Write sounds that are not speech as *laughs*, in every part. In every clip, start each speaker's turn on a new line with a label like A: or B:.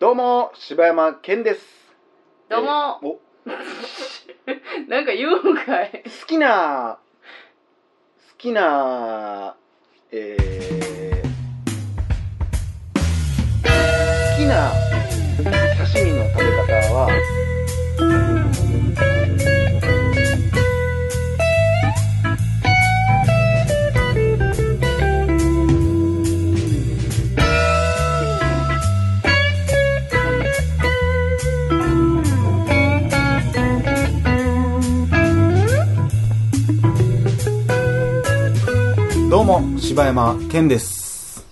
A: うも柴山健です
B: どうも
A: えーお好
B: *laughs* なんか言うんかい。
A: きな好きなえー、好きな刺身の食べ方はどうも柴山健です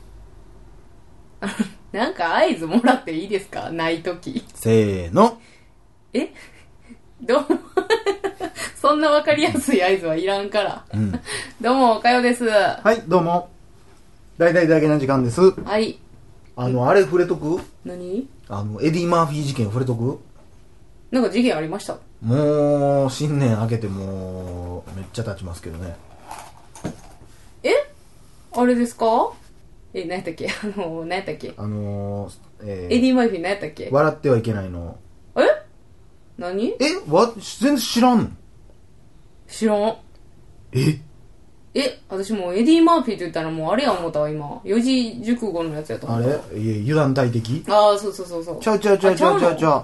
B: なんか合図もらっていいですかないとき。
A: せーの
B: えどうも。 *laughs* そんなわかりやすい合図はいらんから。
A: ん
B: どうも、おかよです。は
A: はいどうも大々だけな時間です
B: い。
A: あのあれ触れとく
B: 何
A: あのエディ・マーフィー事件触れとく
B: なんか事件ありました。
A: もう新年明けてもうめっちゃ経ちますけどね
B: えあれですかえ、何やったっけ *laughs* あの、何やったっけ
A: あのー、えー
B: エディ・マイフィー何やったっけ
A: 笑ってはいけないの
B: え何
A: えわ全然知らんの
B: 知らん。
A: え
B: え、私もうエディ・マーフィーって言ったらもうあれや思ったわ、今。四字熟語のやつやと思
A: あ
B: った。
A: れいや油断大敵
B: ああ、そうそうそうそう。
A: ちゃうちゃうちゃうちゃうちゃうちゃ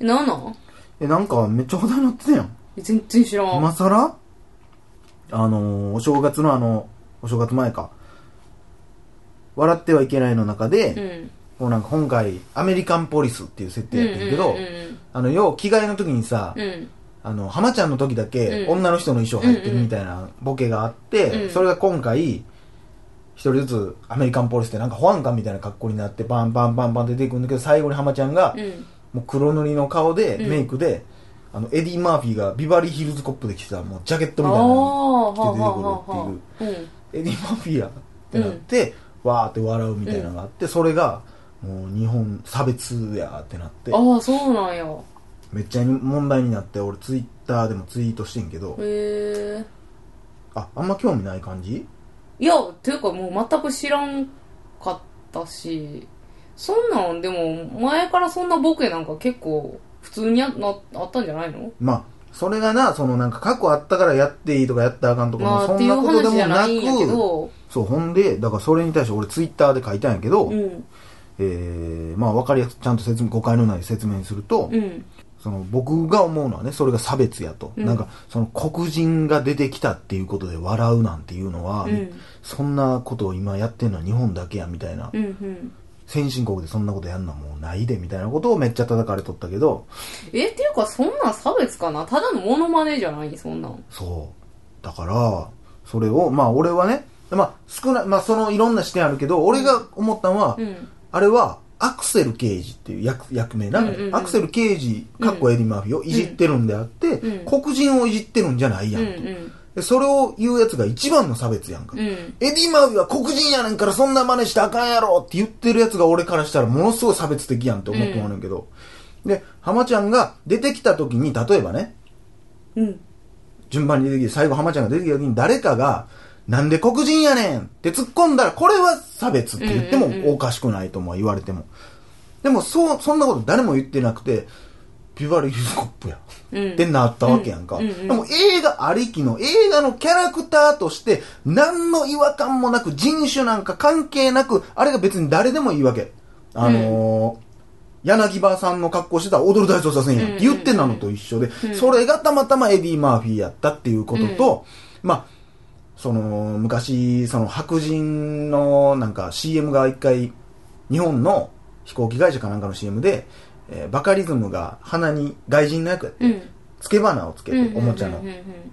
A: う
B: う。なんなん
A: えなんかめっちゃ話題になってたやん
B: 全然知らん。
A: 今さらあのー、お正月のあのお正月前か笑ってはいけないの中で、
B: う
A: も
B: ん。
A: うなんか今回アメリカンポリスっていう設定やってるけど、
B: うんうん
A: あのよう着替えの時にさ、
B: うんうん。
A: あの、浜ちゃんの時だけ、
B: うん
A: 女の人の衣装入ってるみたいなボケがあって、
B: うん
A: それが今回、一人ずつアメリカンポリスってなんか保安官みたいな格好になって、バンバンバンバン出ていくんだけど、最後に浜ちゃんが
B: う、ん。
A: もう黒塗りの顔で、
B: うん
A: メイクで、あの、エディ・マーフィーがビバリーヒルズコップで着てた、もうジャケット
B: あ
A: み
B: あ、
A: たいなの
B: はあは
A: 着て出てくるっていう
B: あはあはあ。うん。
A: エディ・マーフィーやってなって、わーって笑うみたいなのがあって、それが、もう日本差別やーってなって、
B: ああ、そうなんや。
A: めっちゃ問題になって、俺ツイッターでもツイートしてんけど、
B: へえ。
A: あ、あんま興味ない感じ
B: いや、ていうかもう全く知らんかったし、そんなん、でも前からそんなボケなんか結構普通にあなあったんじゃないの
A: まあ、それがな、そのなんか過去あったからやっていいとかやったらあかんとか、
B: まあ
A: も
B: っ
A: うそ
B: て
A: ん
B: い
A: な
B: う
A: ことで
B: 話じ
A: も
B: ゃな
A: ない
B: んやけ
A: く、
B: ど、
A: そう、ほんで、だからそれに対して俺ツイッターで書いたんやけど、
B: うん。
A: えー、まあわかりやすくちゃんと説明、誤解のない説明にすると、
B: うん。
A: その僕が思うのはね、それが差別やと。
B: うん
A: なんか、その黒人が出てきたっていうことで笑うなんていうのは、
B: うん
A: そんなことを今やってんのは日本だけやみたいな、
B: うん。うん。
A: 先進国でそんなことやんのはもうないでみたいなことをめっちゃ叩かれとったけど、
B: え、っていうかそんなん差別かなただのモノマネじゃないそんなん。
A: そう。だから、それを、まあ俺はね、まあ少ない、まあそのいろんな視点あるけど、俺が思ったのは、
B: うん。
A: あれは、アクセル刑事っていう役役名な、
B: うんうんうん
A: アクセル刑事、かっこエディ・マーフィーをいじってるんであって、
B: うん
A: 黒人をいじってるんじゃないや
B: うんん
A: と、でそれを言うやつが一番の差別やんか。
B: うん。うん。
A: エディ・マーフィーは黒人やねんからそんな真似してあかんやろって言ってるやつが俺からしたらものすごい差別的やんって思ってもらうねんけど、で、浜ちゃんが出てきた時に、例えばね、
B: うん。
A: 順番に出てきて、最後浜ちゃんが出てきた時に誰かが、なんで黒人やねんって突っ込んだら、これは差別って言って
B: うんうんう
A: も
B: ん
A: おかしくないとも言われても。でも、そう、そんなこと誰も言ってなくて、ビバリーヒルズコップや。
B: うん
A: ってなったわけやんか。
B: うんうんうん
A: でも映画ありきの、映画のキャラクターとして、何の違和感もなく、人種なんか関係なく、あれが別に誰でもいいわけ。あのー、柳葉さんの格好してたら踊る大捜査線やんって言ってなのと一緒で、
B: ん
A: それがたまたまエディ・マーフィーやったっていうことと、まあ、その、昔、その白人のなんか CM が一回、日本の飛行機会社かなんかの CM で、えーバカリズムが鼻に外人の役やって、
B: うん。
A: 付け花をつけて、おもちゃの。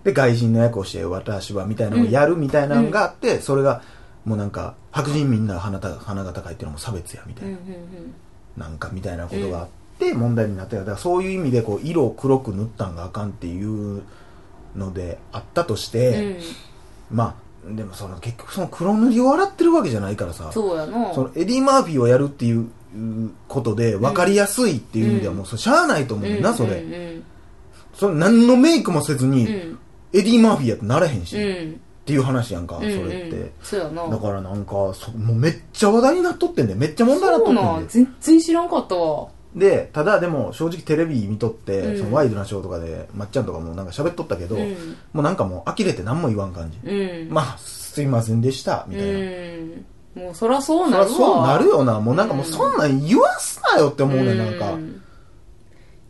A: で、外人の役をして、私は、みたいなのをやるみたいなのがあって、それが、もうなんか、白人みんな鼻た鼻が高いっていうのも差別や、みたいな、なんか、みたいなことがあって、問題になってた。だから、そういう意味で、こう、色を黒く塗ったんがあかんっていうのであったとして、まあ、でも、その、結局、その黒塗りを洗ってるわけじゃないからさ、
B: そうやな。
A: そのエディ・マーフィーをやるっていうことで、分かりやすいっていう意味では、もう、それしゃあないと思うねんな、それ。
B: うん
A: それ、何のメイクもせずに、
B: うん
A: エディ・マーフィーやってならへんし、
B: うん。
A: っていう話やんか、それって、
B: うんうん、そうやな
A: だからなんかそもうめっちゃ話題になっとってんでめっちゃ問題になっと
B: そ
A: っ
B: う
A: て
B: なんん
A: で
B: 全然知らんかったわ
A: でただでも正直テレビ見とって、
B: うん
A: そのワイドなショーとかでまっちゃんとかもなんか喋っとったけど、
B: うん
A: もうなんかもう呆れて何も言わん感じ、
B: うん
A: まあすいませんでしたみたいな、
B: うんもうそらそう
A: そ
B: な
A: り
B: る
A: ゃ
B: わ
A: そうなるよなもうなんかもううんそんなん言わすなよって思うね、なんか、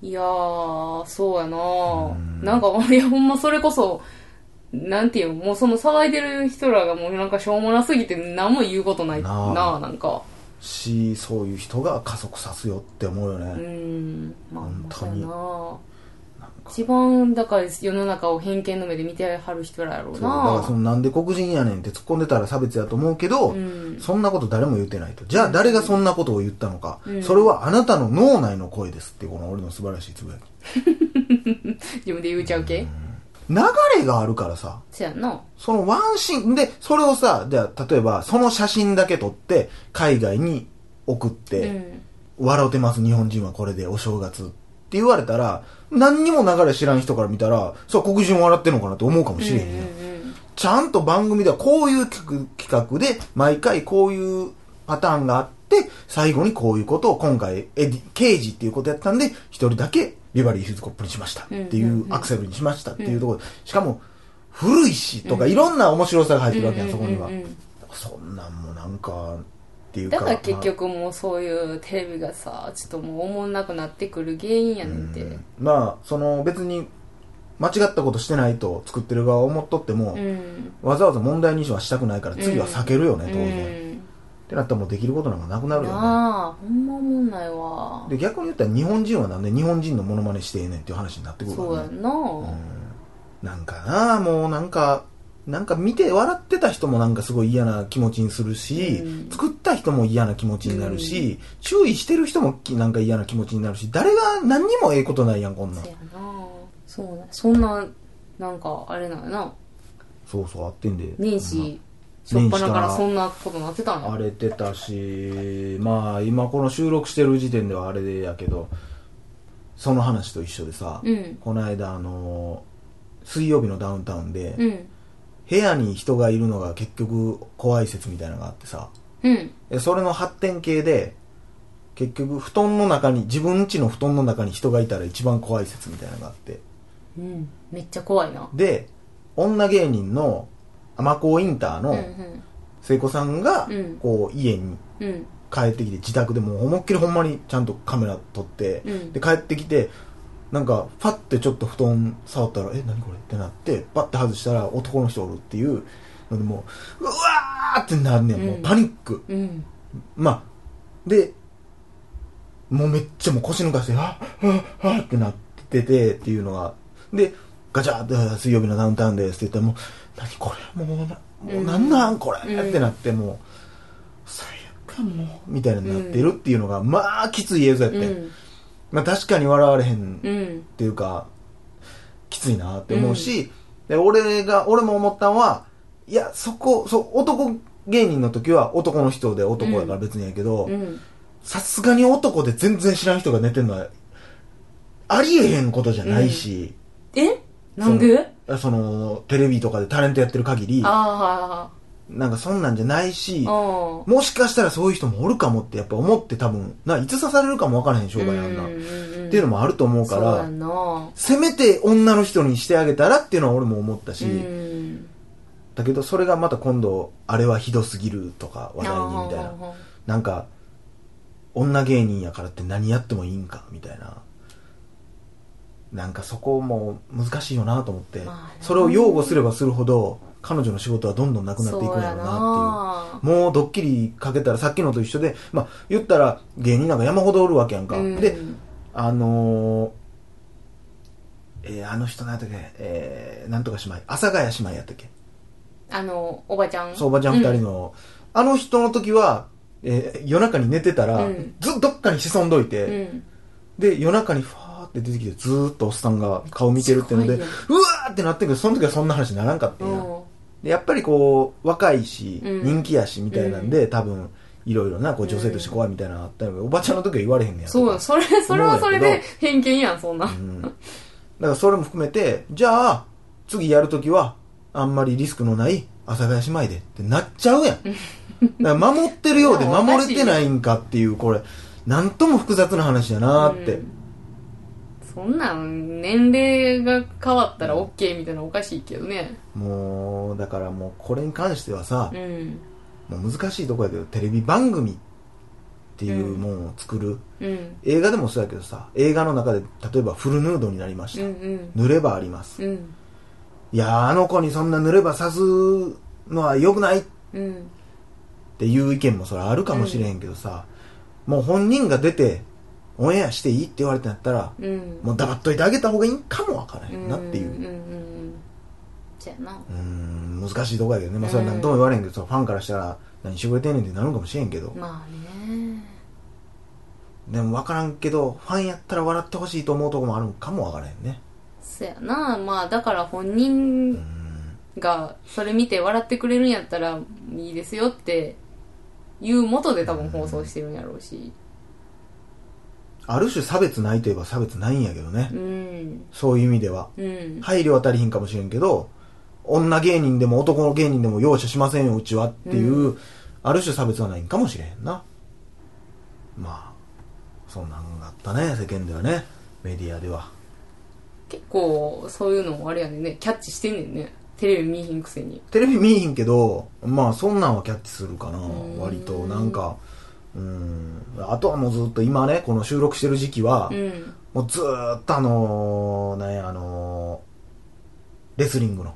B: いやーそうやなー、
A: うん
B: なんかい *laughs* やほんまそれこそなんていうのもうその騒いでる人らがもうなんかしょうもなすぎて何も言うことないな
A: な
B: あ
A: あ
B: なんか
A: しそういう人が加速さすよって思うよね、
B: うんまあ
A: 本
B: そ
A: 当
B: うや
A: に
B: なー
A: なんか
B: 一番だから世の中を偏見の目で見てはる人らやろう
A: そうだから
B: な
A: そのなんで黒人やねんって突っ込んでたら差別やと思うけど、
B: うん
A: そんなこと誰も言ってないとじゃあ誰がそんなことを言ったのか、
B: うん
A: それはあなたの脳内の声ですっていうこの俺の素晴らしいつぶやき
B: 自分で言うちゃうけ、
A: 流れがあるからさ
B: そやんな
A: そのワンシーンでそれをさじゃあ例えばその写真だけ撮って海外に送って、
B: うん
A: 笑うてます日本人はこれでお正月って言われたら何にも流れ知らん人から見たらそう黒人笑ってんのかなって思うかもしれへんやん、ちゃんと番組ではこういう企画企画で毎回こういうパターンがあって最後にこういうことを今回エディ刑事っていうことやったんで一人だけビバリーヒルズコップにしましたってい
B: うんうん
A: う
B: うん
A: アクセルにしましたっていうところでしかも古いしとかいろんな面白さが入ってるわけやんそこには
B: うんうんうん
A: そんなんもなんかっていうか
B: だから結局もうそういうテレビがさちょっともうおもんなくなってくる原因やねんて
A: うんまあその別に間違ったことしてないと作ってる側は思っとっても、
B: うん
A: わざわざ問題認証はしたくないから次は避けるよね、
B: う
A: 当然、っ
B: ん
A: てなったらもうできることなんかなくなるよね
B: なあほんまおもんないわ
A: で逆に言ったら日本人はなんで日本人のモノマネしてええねんっていう話になってくるか
B: そう
A: ら
B: や
A: ね
B: んな
A: うんなんかなあもうなんかなんか見て笑ってた人もなんかすごい嫌な気持ちにするし、
B: うん
A: 作った人も嫌な気持ちになるし、注意してる人もきなんか嫌な気持ちになるし誰が何にもええことないやんこんなん
B: そやなそうなそんななんかあれなんやな
A: そうそうあってんで
B: 年始しょっぱなからそんなことなってたんや
A: 荒れてたしまあ今この収録してる時点ではあれやけどその話と一緒でさ、
B: うん
A: この間あの水曜日のダウンタウンで、
B: うん
A: 部屋に人がいるのが結局怖い説みたいなのがあってさ
B: うん
A: でそれの発展系で結局布団の中に自分家の布団の中に人がいたら一番怖い説みたいなのがあって
B: うんめっちゃ怖いな
A: で女芸人の天子インター
B: うんう
A: の
B: ん
A: 聖子さんが
B: うん
A: こう家に
B: うん
A: 帰ってきて自宅でもう思いっきりほんまにちゃんとカメラ撮って、
B: うん
A: で帰ってきてなんかパッてちょっと布団触ったら「え何これ?」ってなってパッて外したら男の人おるっていうのでもううわーってなるねんもう
B: うん
A: パニック、
B: うん
A: まあでもうめっちゃもう腰抜かして「あっあっあっ」ってなっててっていうのがでガチャって「水曜日のダウンタウンです」って言ったらもう「何これもうなもうなんなんこれ」
B: うん
A: ってなってもう「最悪かもう」みたいになってるっていうのが、まあきつい映像やって、
B: うん
A: まあ確かに笑われへん
B: う
A: っ
B: ん
A: ていうか、きついなって思うし、で俺が俺も思ったんはいやそこそう男芸人の時は男の人で男やから別にやけど、
B: うん
A: さすがに男で全然知らん人が寝てんのはありえへんことじゃないし、
B: えなんで
A: そのそのテレビとかでタレントやってる限り
B: あ
A: なんかそんなんじゃないし
B: あああ
A: もしかしたらそういう人もおるかもってやっぱ思って多分ないつ刺されるかもわからへん商売なんな、
B: んんん
A: っていうのもあると思うか
B: そうや
A: ら
B: んな
A: せめて女の人にしてあげたらっていうのは俺も思ったし、
B: うん
A: だけどそれがまた今度あれはひどすぎるとか話題にみたいな
B: あ
A: なんか女芸人やからって何やってもいいんかみたいななんかそこも難しいよなと思って、
B: まあね
A: それを擁護すればするほど彼女の仕事はどんどんな
B: ー
A: くなっていくんやろうなっていう
B: な
A: もうドッキリかけたらさっきのと一緒でまあ言ったら芸人なんか山ほどおるわけやんか、
B: うん
A: であのーえーあの人なんだっけ、えーなんとか姉妹阿佐ヶ谷姉妹やったっけ
B: あのおばちゃん
A: そうおばちゃん二人の、あの人の時は、えー夜中に寝てたら、
B: うん
A: ずっとどっかに潜んどいうて、
B: ん
A: で夜中にファーって出てきてずーっとおっさんが顔見てるっていうので
B: す
A: う
B: ご
A: わ
B: いね
A: ーってなってんけどその時はそんな話にならんかった
B: うんん
A: や、
B: うん
A: でやっぱりこう若いし、
B: うん
A: 人気やしみたいなんで、多分いろいろなこう女性として怖いみたいなのあったのがおばちゃんの時は言われへんねや
B: そうよそれそれはそ
A: 思う
B: れ
A: ん
B: で
A: やけ
B: 偏見やんそんな
A: うんだからそれも含めてじゃあ次やるときはあんまりリスクのない阿佐ヶ谷姉妹でってなっちゃうやん。だから守ってるようで
B: いやお
A: 守
B: かし
A: れ
B: い
A: てないんかっていう、これ、なんとも複雑な話やなーって。
B: うんそんなん年齢が変わったら OK みたいなのおかしいけどね
A: もう、だからもうこれに関してはさ
B: う、ん
A: もう難しいとこやけど、テレビ番組っていうもんを作る。
B: うん
A: 映画でもそうやけどさ、映画の中で例えばフルヌードになりまし
B: う
A: た。
B: ん
A: 濡ればあります。
B: うんうん
A: いやー、あの子にそんな濡ればさすのは良くない
B: うん
A: っていう意見もそれあるかもしれへんけどさ、もう本人が出てオンエアしていいって言われてなったら、
B: うん
A: もう黙っといてあげた方がいいんかもわからへんなっていううん
B: うんうんじゃあな
A: うーん難しいとこやけどね、まあ、それは何とも言われへんけどさファンからしたら何してくれてんねんってなるかもしれんけど
B: まあね
A: でも分からんけどファンやったら笑ってほしいと思うとこもあるんかもわからへんね
B: そやなまあだから本
A: うー
B: 人
A: ん
B: がそれ見て笑ってくれるんやったらいいですよっていうもとで多分放送してるんやろうし
A: ある種差別ないといえば差別ないんやけどね、
B: うん
A: そういう意味では
B: うん
A: 配慮は足りひんかもしれんけど女芸人でも男の芸人でも容赦しませんようちはっていう、ある種差別はないんかもしれへんなまあそんなんがあったね世間ではねメディアでは
B: 結構そういうのもあれやねんねキャッチしてんねんねテレビ見えひんくせに
A: テレビ見えへんけどまあそんなんはキャッチするかな
B: うん
A: 割となんかうんあとはもうずっと今ねこの収録してる時期は、
B: うん
A: もうずーっとあのー、なんやあのー、レスリングのレ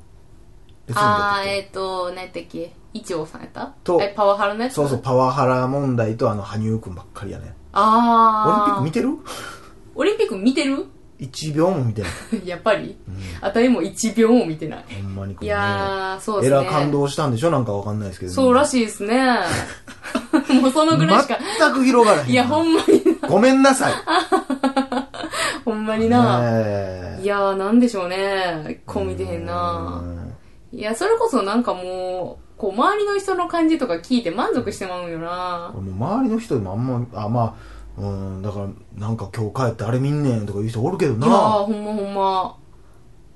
A: スリングやった
B: あ
A: っ
B: あ
A: け
B: えっ、ー、と何やったっけ一応さんやった
A: と
B: えパワハラのやつ
A: そうそう、パワハラ問題とあの、羽生くんばっかりやね。オリンピッ
B: ああ
A: ク見てる
B: オリンピック見てる *laughs*
A: 一秒も見てない。
B: やっぱり、あたりも1秒も見てない
A: ほんまにこ
B: い
A: れね。
B: やーそうで
A: え
B: すね
A: ら感動したんでしょなんかわかんないですけど、
B: そうら
A: い。
B: しいですね
A: *laughs*
B: もうそのぐらいしか
A: 全く広がらへん。
B: いやほんまに
A: ごめんなさい。
B: ほんまにな、
A: ねえ
B: いやーなんでしょうねこう見てへんな
A: うん
B: いやそれこそなんかもうこう周りの人の感じとか聞いて満足してまうんよな
A: これもう周りの人でもあんま、あ、まあ、うん、だから、なんか今日帰ってあれ見んねんとか言う人おるけど
B: いやー
A: な。
B: ほんまほんま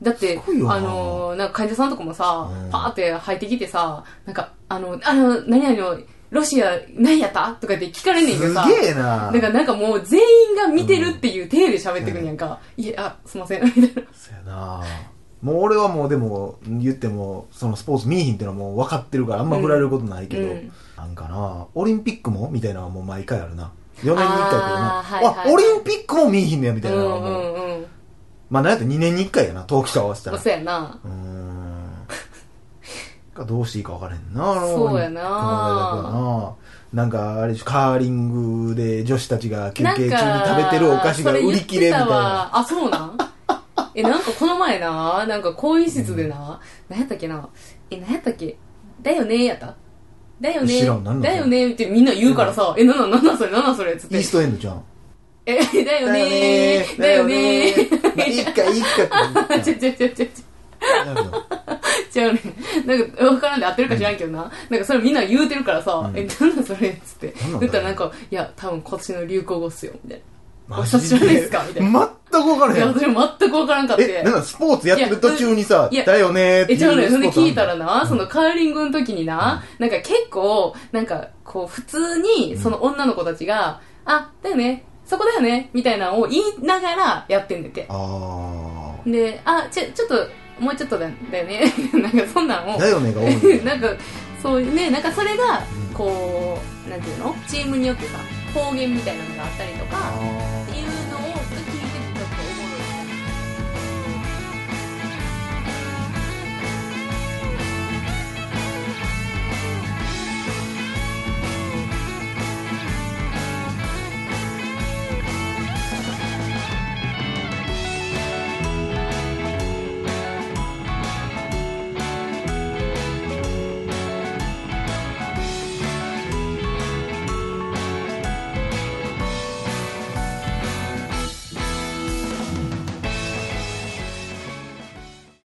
B: だって
A: すごいよな
B: あのーなんか患者さんとかもさ、
A: うん
B: パーって入ってきてさなんかあのあの何々のロシア何やったとかって聞かれんねんけ
A: す
B: どさ
A: げえな。
B: だからなんかもう全員が見てるっていう体で喋ってくんやんか、いやあすいませんみたいな
A: そやなもう俺はもうでも言ってもそのスポーツ見えひんってのはもう分かってるからあんま振られることないけど、
B: うんうん
A: なんかなオリンピックもみたいなのはもう毎回あるな4年に1回やけどな
B: あーはいはいはい
A: あオリンピックも見えひんねやみたいうなのは
B: んう
A: もう、
B: んうん
A: まあなんやったら2年に1回やな冬季と合わせた
B: まあ
A: らう
B: そうやな
A: ーんがどうしていいか分からへんなあの
B: そう
A: オリ
B: やな
A: ンピックのあれだけどななんかあれでしょカーリングで女子たちが休憩中に食べてるお菓子が売り切れみたい
B: んかそ言
A: な
B: ってたわあそうなんえなんかこの前ななんか更衣室でな、なん、何やったっけなえ何やったっけだよねやっただよね
A: 知らん何なんそれ
B: だよねってみんな言うからさ、えなんなんなんなんそれなんなんそれっつっ
A: イー
B: て
A: ストエンドちゃん
B: えだよねーだよねー
A: まあいいか、いいかって
B: *laughs* ちょちょちょちょ
A: なるほど
B: ちゃうねなんか分からんで合ってるか知らんけどな、なんかそれみんな言うてるからさ、
A: うん
B: えなんなんそれっつって
A: なんなんだろう
B: 言ったらなんかいや多分今年の流行語っすよみたいな
A: マ
B: お察し
A: ジ
B: 知らないですかみたいな
A: 全く分から
B: い
A: へ
B: や
A: ん。
B: それ全く分からんかって
A: え、なんかスポーツやってる途中にさ、
B: いや
A: だよねーって
B: え、
A: いう
B: ちゃうのよ。そんで
A: スポーツあんの
B: 聞いたらな、そのカーリングの時にな、なんか結構、なんかこう普通にその女の子たちが、あ、だよね、そこだよね、みたいなのを言いながらやってんだって。
A: あ
B: で、あ、ちょ、ちょっと、もうちょっとだよね、 *laughs* なんかそんなんを
A: ー。だ、よねが多いね。
B: *laughs* なんか、そういうね、なんかそれが
A: う、ん
B: こう、なんていうのチームによってさ、方言みたいなのがあったりとか、
A: あ
B: っていう